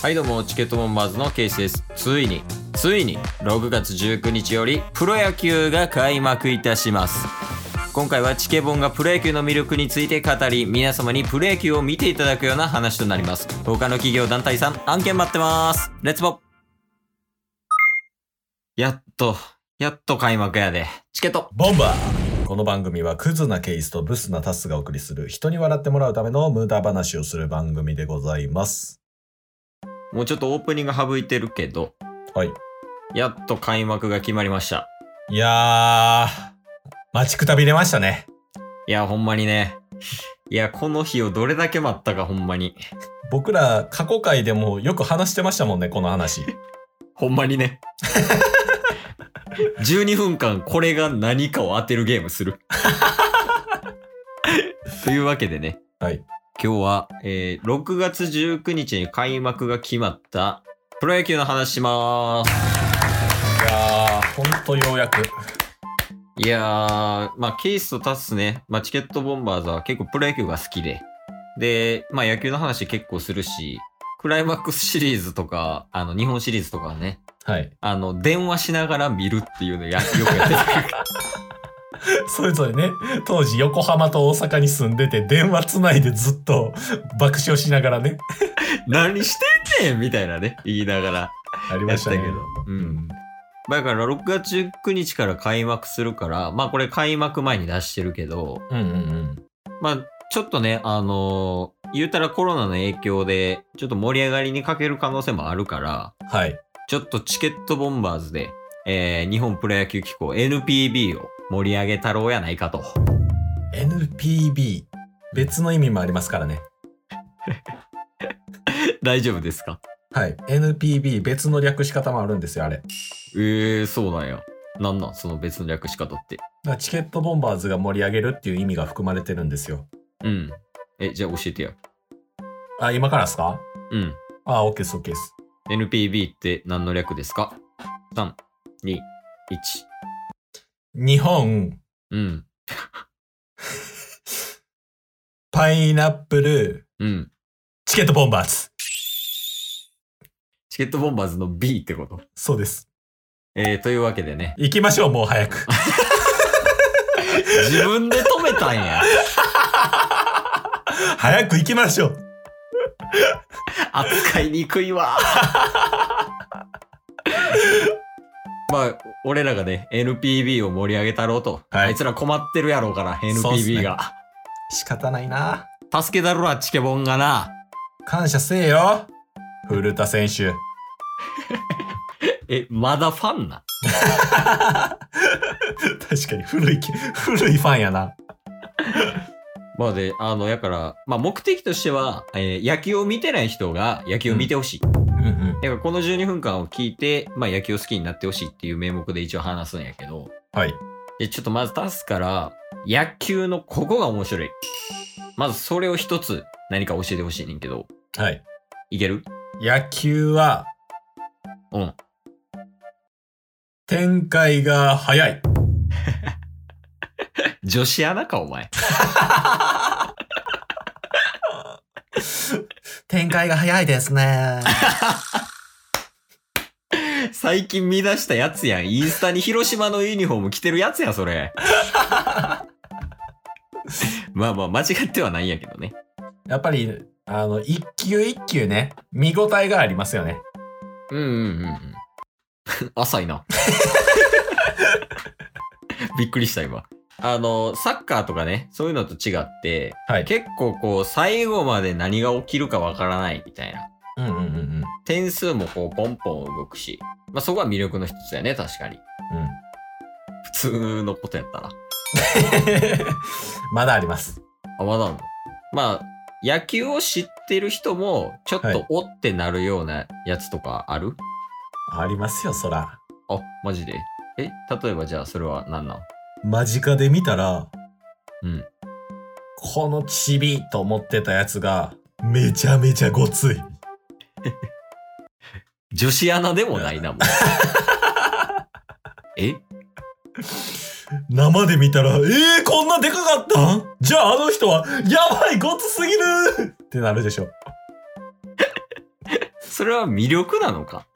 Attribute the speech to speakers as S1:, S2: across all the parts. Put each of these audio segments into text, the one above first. S1: はいどうもチケットボンバーズのケイスですついについに6月19日よりプロ野球が開幕いたします今回はチケボンがプロ野球の魅力について語り皆様にプロ野球を見ていただくような話となります他の企業団体さん案件待ってますレッツボやっとやっと開幕やでチケット
S2: ボンバーこの番組はクズなケイスとブスなタスがお送りする人に笑ってもらうための無駄話をする番組でございます。
S1: もうちょっとオープニング省いてるけど
S2: はい。
S1: やっと開幕が決まりました
S2: いやー、待ちくたびれましたね。
S1: いやほんまにねいやこの日をどれだけ待ったかほんまに
S2: 僕ら過去回でもよく話してましたもんね、この話。
S1: ほんまに ね。12分間これが何かを当てるゲームす る。というわけでね、
S2: はい。
S1: 今日は、えー6月19日に開幕が決まったプロ野球の話します。
S2: いやー、ほんとようやく。
S1: いやー、まあケースとタスね、まあチケットボンバーズは結構プロ野球が好きで、で、まあ野球の話結構するし、クライマックスシリーズとか、あの日本シリーズとかはね、
S2: はい。
S1: あの電話しながら見るっていうの やよくやってた。
S2: それぞれね、当時横浜と大阪に住んでて電話つないでずっと爆笑しながらね、
S1: 何してんねんみたいなね、言いながら
S2: あり
S1: や
S2: ま
S1: っ
S2: したた
S1: け
S2: ね
S1: ど。。う。
S2: うんん。
S1: だから6月19日から開幕するから、まあこれ開幕前に出してるけど、
S2: うんうん
S1: まあちょっとね、あのー言うたらコロナの影響で、ちょっと盛り上がりに欠ける可能性もあるから、
S2: うん。はい。
S1: ちょっとチケットボンバーズで、えー日本プロ野球機構 NPB を盛り上げたろうやないかと。
S2: NPB。別の意味もありますからね。
S1: 大丈夫ですか
S2: はい。NPB 別の略し方もあるんですよ、あれ。だか
S1: ええー、そうなんや。なんなんその別の略し方って。
S2: らチケットボンバーズが盛り上げるっていう意味が含まれてるんですよ。
S1: うん。え、じゃあ教えてよ。
S2: あ、今からですか
S1: うん。
S2: あ、OK です、OK です。
S1: NPB って何の略ですか ?3、2、1。
S2: 日本、
S1: うん。
S2: パイナップル、
S1: うん。
S2: チケットボンバーズ。
S1: チケットボンバーズの B ってこと。
S2: そうです。
S1: えー、というわけでね。
S2: 行きましょう、もう早く。
S1: 自分で止めたんや。
S2: 早く行きましょう。
S1: 扱いにくいわ。 まあ、俺らがね、NPB を盛り上げたろうと。
S2: はい
S1: あいつら困ってるやろうから、
S2: そうっす
S1: NPB
S2: ね
S1: が。
S2: 仕方ないな。
S1: 助けだろな、チケボンがな。
S2: 感謝せえよ。古田選手。
S1: え、まだファンな。
S2: 確かに古い、古いファンやな。
S1: まあで、あの、やから、まあ目的としては、えー野球を見てない人が野球を見てほしい。
S2: うんうん。
S1: だからこの12分間を聞いて、まあ、野球を好きになってほしいっていう名目で一応話すんやけど、
S2: はい。
S1: でちょっとまず出すから、野球のここが面白い。まずそれを一つ何か教えてほしいねんけど、
S2: はい。
S1: いける
S2: 野球は、
S1: うん。
S2: 展開が早い。
S1: 女子アナか、お前。
S2: 展開が早いですね。
S1: 最近見出したやつやん。インスタに広島のユニフォーム着てるやつや、そ れ。まあまあ、間違ってはないんやけどね。
S2: やっぱり、あの、一球一球ね、見応えがありますよね。
S1: うんうんうんうん。浅い な。びっくりした今。あの、サッカーとかね、そういうのと違って、
S2: はい。
S1: 結構こう、最後まで何が起きるかわからないみたいな。
S2: うんうんうんうん。
S1: 点数もこう、ポンポン動くし。まあ、そこは魅力の一つだよね、確かに。
S2: うん。
S1: 普通のことやったら。
S2: まだあります。
S1: あ、まだあんのまあ、野球を知ってる人も、ちょっ
S2: は
S1: と
S2: い
S1: おってなるようなやつとかある、
S2: ありますよ、そら。
S1: あ、マジでえ例えばじゃあ、それは何なの
S2: 間近で見たら、
S1: うん。
S2: このチビと思ってたやつが、めちゃめちゃごつい。
S1: 女子アナでもないな、 もう。え
S2: 生で見たら、えー、こんなでかかったんじゃああの人は、やばい、ごつすぎるってなるでしょ。
S1: それは魅力なのか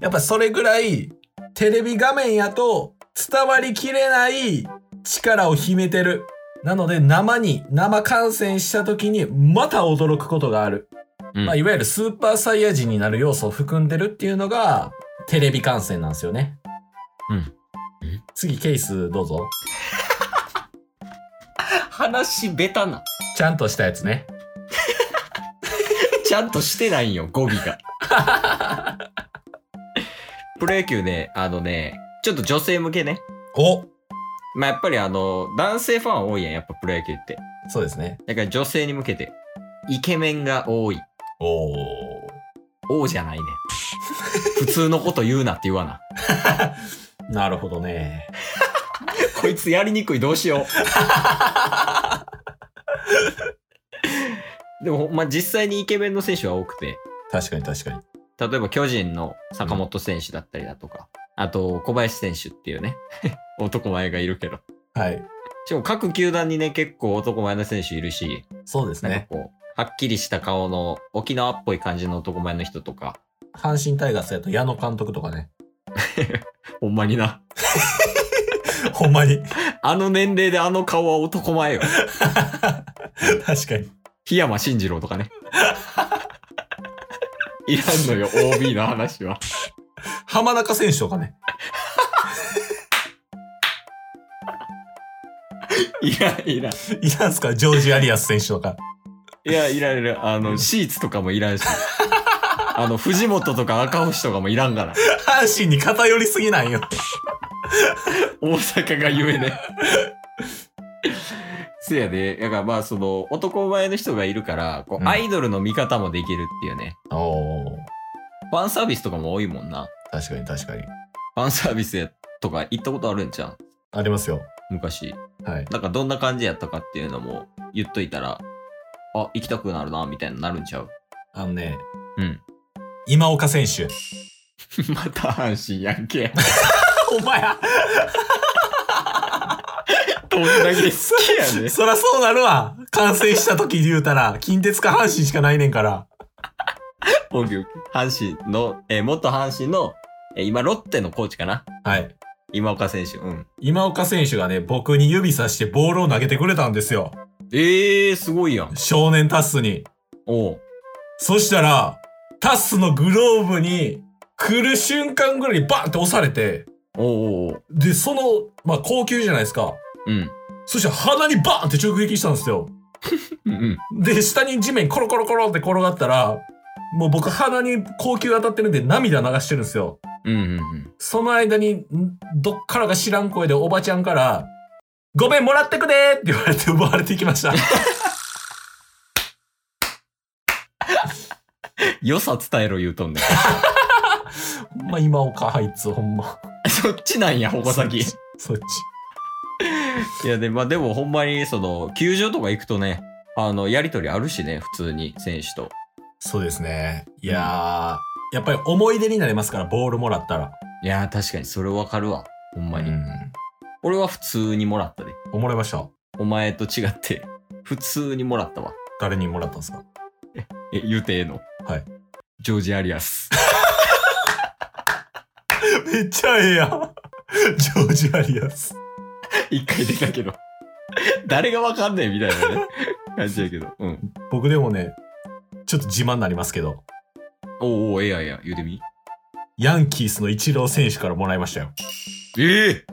S2: やっぱそれぐらいテレビ画面やと伝わりきれない力を秘めてる。なので生に生観戦した時にまた驚くことがある。
S1: うん
S2: まあ、いわゆるスーパーサイヤ人になる要素を含んでるっていうのがテレビ観戦なんですよね。
S1: うんうん。
S2: 次ケースどうぞ。
S1: 話ベタな。
S2: ちゃんとしたやつね。
S1: ちゃんとしてないんよ、語尾が。プロ野球ね、あのね、ちょっと女性向けね。
S2: お
S1: まあ、やっぱりあの、男性ファン多いやん、やっぱプロ野球って。
S2: そうですね。
S1: だから女性に向けて、イケメンが多い。
S2: おー。
S1: 王じゃないね。普通のこと言うなって言わな。
S2: なるほど ね。
S1: こいつやりにくい、どうしよう。でも、まあ、実際にイケメンの選手は多くて、
S2: 確かに確かに。
S1: 例えば巨人の坂本選手だったりだとか、あと小林選手っていうね、 男前がいるけど。
S2: はい。
S1: しかも各球団にね、結構男前の選手いるし、
S2: そうです
S1: なんか
S2: ね。
S1: こう、はっきりした顔の沖縄っぽい感じの男前の人とか、
S2: 阪神タイガースやと矢野監督とかね。
S1: ほんまにな。
S2: ほんまに。
S1: あの年齢であの顔は男前よ。
S2: 確かに。
S1: 檜山慎二郎とかね。 いらんのよ、OB の話は。
S2: 浜中選手とかね。
S1: いらん、いらん。
S2: いらんすかジョージ・アリアス選手とか。
S1: いや、いらんいらん。あの、シーツとかもいらんし。あの、藤本とか赤星とかもいらんから。
S2: 阪神に偏りすぎないよ。
S1: 大阪がゆえ ね。せやで、だからまあその男前の人がいるから、こ
S2: う
S1: うんアイドルの見方もできるっていうね。
S2: おー。
S1: ファンサービスとかも多いもんな。
S2: 確かに確かに。
S1: ファンサービスやとか行ったことあるんじゃん
S2: ありますよ。
S1: 昔。
S2: はい。
S1: なんかどんな感じやったかっていうのも言っといたら、あ、行きたくなるな、みたいになるんちゃう
S2: あのね。
S1: うん。
S2: 今岡選手。
S1: また阪神やんけ。
S2: お前
S1: どんだけ好きやねん。
S2: そらそうなるわ。完成した時で言うたら、近鉄か阪神しかないねんから。
S1: オッケーオッケー阪神の、えー元阪神の、えー今ロッテのコーチかな
S2: はい。
S1: 今岡選手。うん。
S2: 今岡選手がね、僕に指さしてボールを投げてくれたんですよ。
S1: えー、すごいやん。
S2: 少年タッスに。
S1: おう。
S2: そしたら、タッスのグローブに来る瞬間ぐらいにバンって押されて、
S1: おうおうおう。
S2: で、その、まあ、高級じゃないですか。
S1: うん。
S2: そしたら鼻にバーンって直撃したんですよ。
S1: うんうん。
S2: で、下に地面コロコロコロって転がったら、もう僕鼻に高級当たってるんで涙流してるんですよ。
S1: うんうんうん。
S2: その間に、んどっからか知らん声でおばちゃんから、ごめん、もらってくでーって言われて奪われていきました。
S1: 良さ伝えろ言うとんねん。
S2: ほんま今岡、あいつ、ほんま。
S1: そっちなんや、矛先。い
S2: そっち。
S1: やで、まあでもほんまに、その、球場とか行くとね、あの、やりとりあるしね、普通に、選手と。
S2: そうですね。いやー、やっぱり思い出になりますから、ボールもらったら。
S1: いやー、確かにそれわかるわ。ほんまに。
S2: ん。
S1: 俺は普通にもらったで。
S2: おもらいました。
S1: お前と違って、普通にもらったわ。
S2: 誰にもらったんですか
S1: え、言うてええの。
S2: はい。
S1: ジョージ・アリアス。
S2: めっちゃええやん。 ジョージ・アリアス。
S1: 一回出たけど。 誰がわかんねえみたいな ね。感じやけど。うん。
S2: 僕でもね、ちょっと自慢になりますけど、
S1: おうおう、ええやんええやん、言うてみ。
S2: ヤンキースのイチロー選手からもらいましたよ。
S1: ええ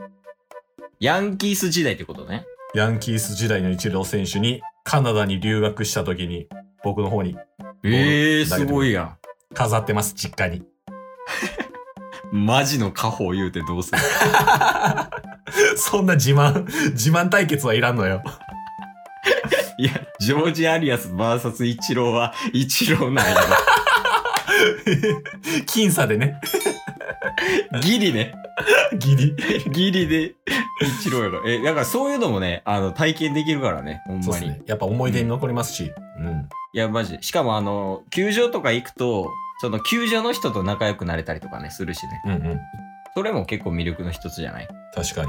S1: ヤンキース時代ってことね。
S2: ヤンキース時代のイチロー選手にカナダに留学した時に僕の方に
S1: ええ
S2: だ
S1: す
S2: けど
S1: ごいや
S2: 飾ってます実家に
S1: ん。マジの家 宝言うてどうする
S2: そんな自慢 自慢対決はいらんのよ
S1: いや、ジョージ・アリアス VS イチローは、イチローなんや
S2: 僅差でね
S1: ろ。ギリね。
S2: ギリ
S1: ギリで、イチローやから。え、だからそういうのもね、あの、体験できるからね。ほん
S2: そう
S1: ま
S2: です
S1: に。
S2: ねやっぱ思い出に残りますし、うん、
S1: いや、マジ。しかも、あの、球場とか行くと、その、球場の人と仲良くなれたりとかね、するしね。
S2: うんうん
S1: それも結構魅力の一つじゃない
S2: 確かに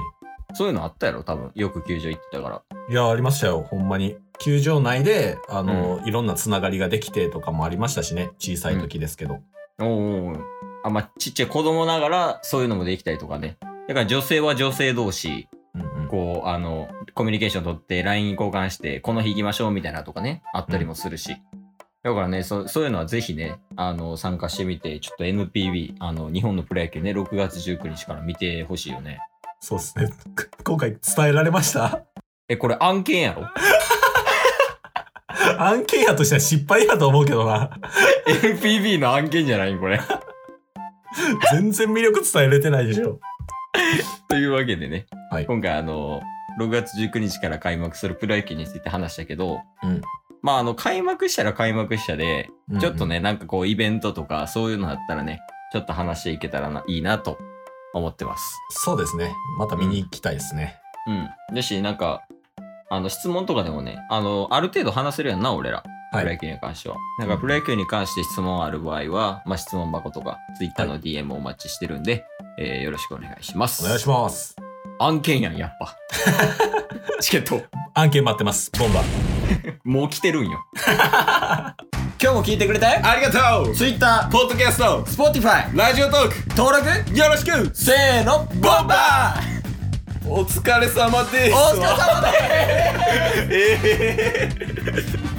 S1: そういうのあったやろ多分よく球場行ってたから
S2: いや、ありましたよ、ほんまに。球場内で、あの、いろんなつながりができてとかもありましたしね、小さい時ですけど。
S1: おうおうおうあまあちっちゃい子供ながらそういうのもできたりとかねだから女性は女性同士
S2: うんうん
S1: こうあのコミュニケーション取って LINE 交換してこの日行きましょうみたいなとかねあったりもするし、だからねそそういうのはぜひねあの参加してみてちょっと NPB あの日本のプロ野球ね6月19日から見てほしいよね
S2: そうですね。 今回伝えられま した
S1: えこれ案件やろ
S2: 案件やとしては失敗やと思うけど な。
S1: NPB の案件じゃないんこれ
S2: 全然魅力伝えれてないでしょ。
S1: というわけでね、
S2: はい
S1: 今回あの6月19日から開幕するプロ野球について話したけど、
S2: うん
S1: まああの開幕したら開幕したで、ちょっと
S2: ね。
S1: ねなんかこうイベントとかそういうのあったらねちょっと話していけたらないいなと思ってます。
S2: そうですね。また見に行きたいですね。
S1: うん、だしなんかあの質問とかでもねあのある程度話せるやんな俺らプ
S2: は
S1: ロ
S2: い。
S1: 野球に関しては。なんかプロ野球に関して質問ある場合は、まあ、質問箱とか Twitter の DM をお待ちしてるんで、えーよろしくお願いします。
S2: お願いします。
S1: 案件やんやっ ぱチケット
S2: 案件待ってます。ボンバー。
S1: もう来てるん よ今日も聞いてくれてありがとう Twitter
S2: ポッドキャスト
S1: Spotify
S2: ラジオトーク
S1: 登録
S2: よろしく
S1: せーのボンバー
S2: お疲れ様です
S1: お疲れ様です
S2: ええ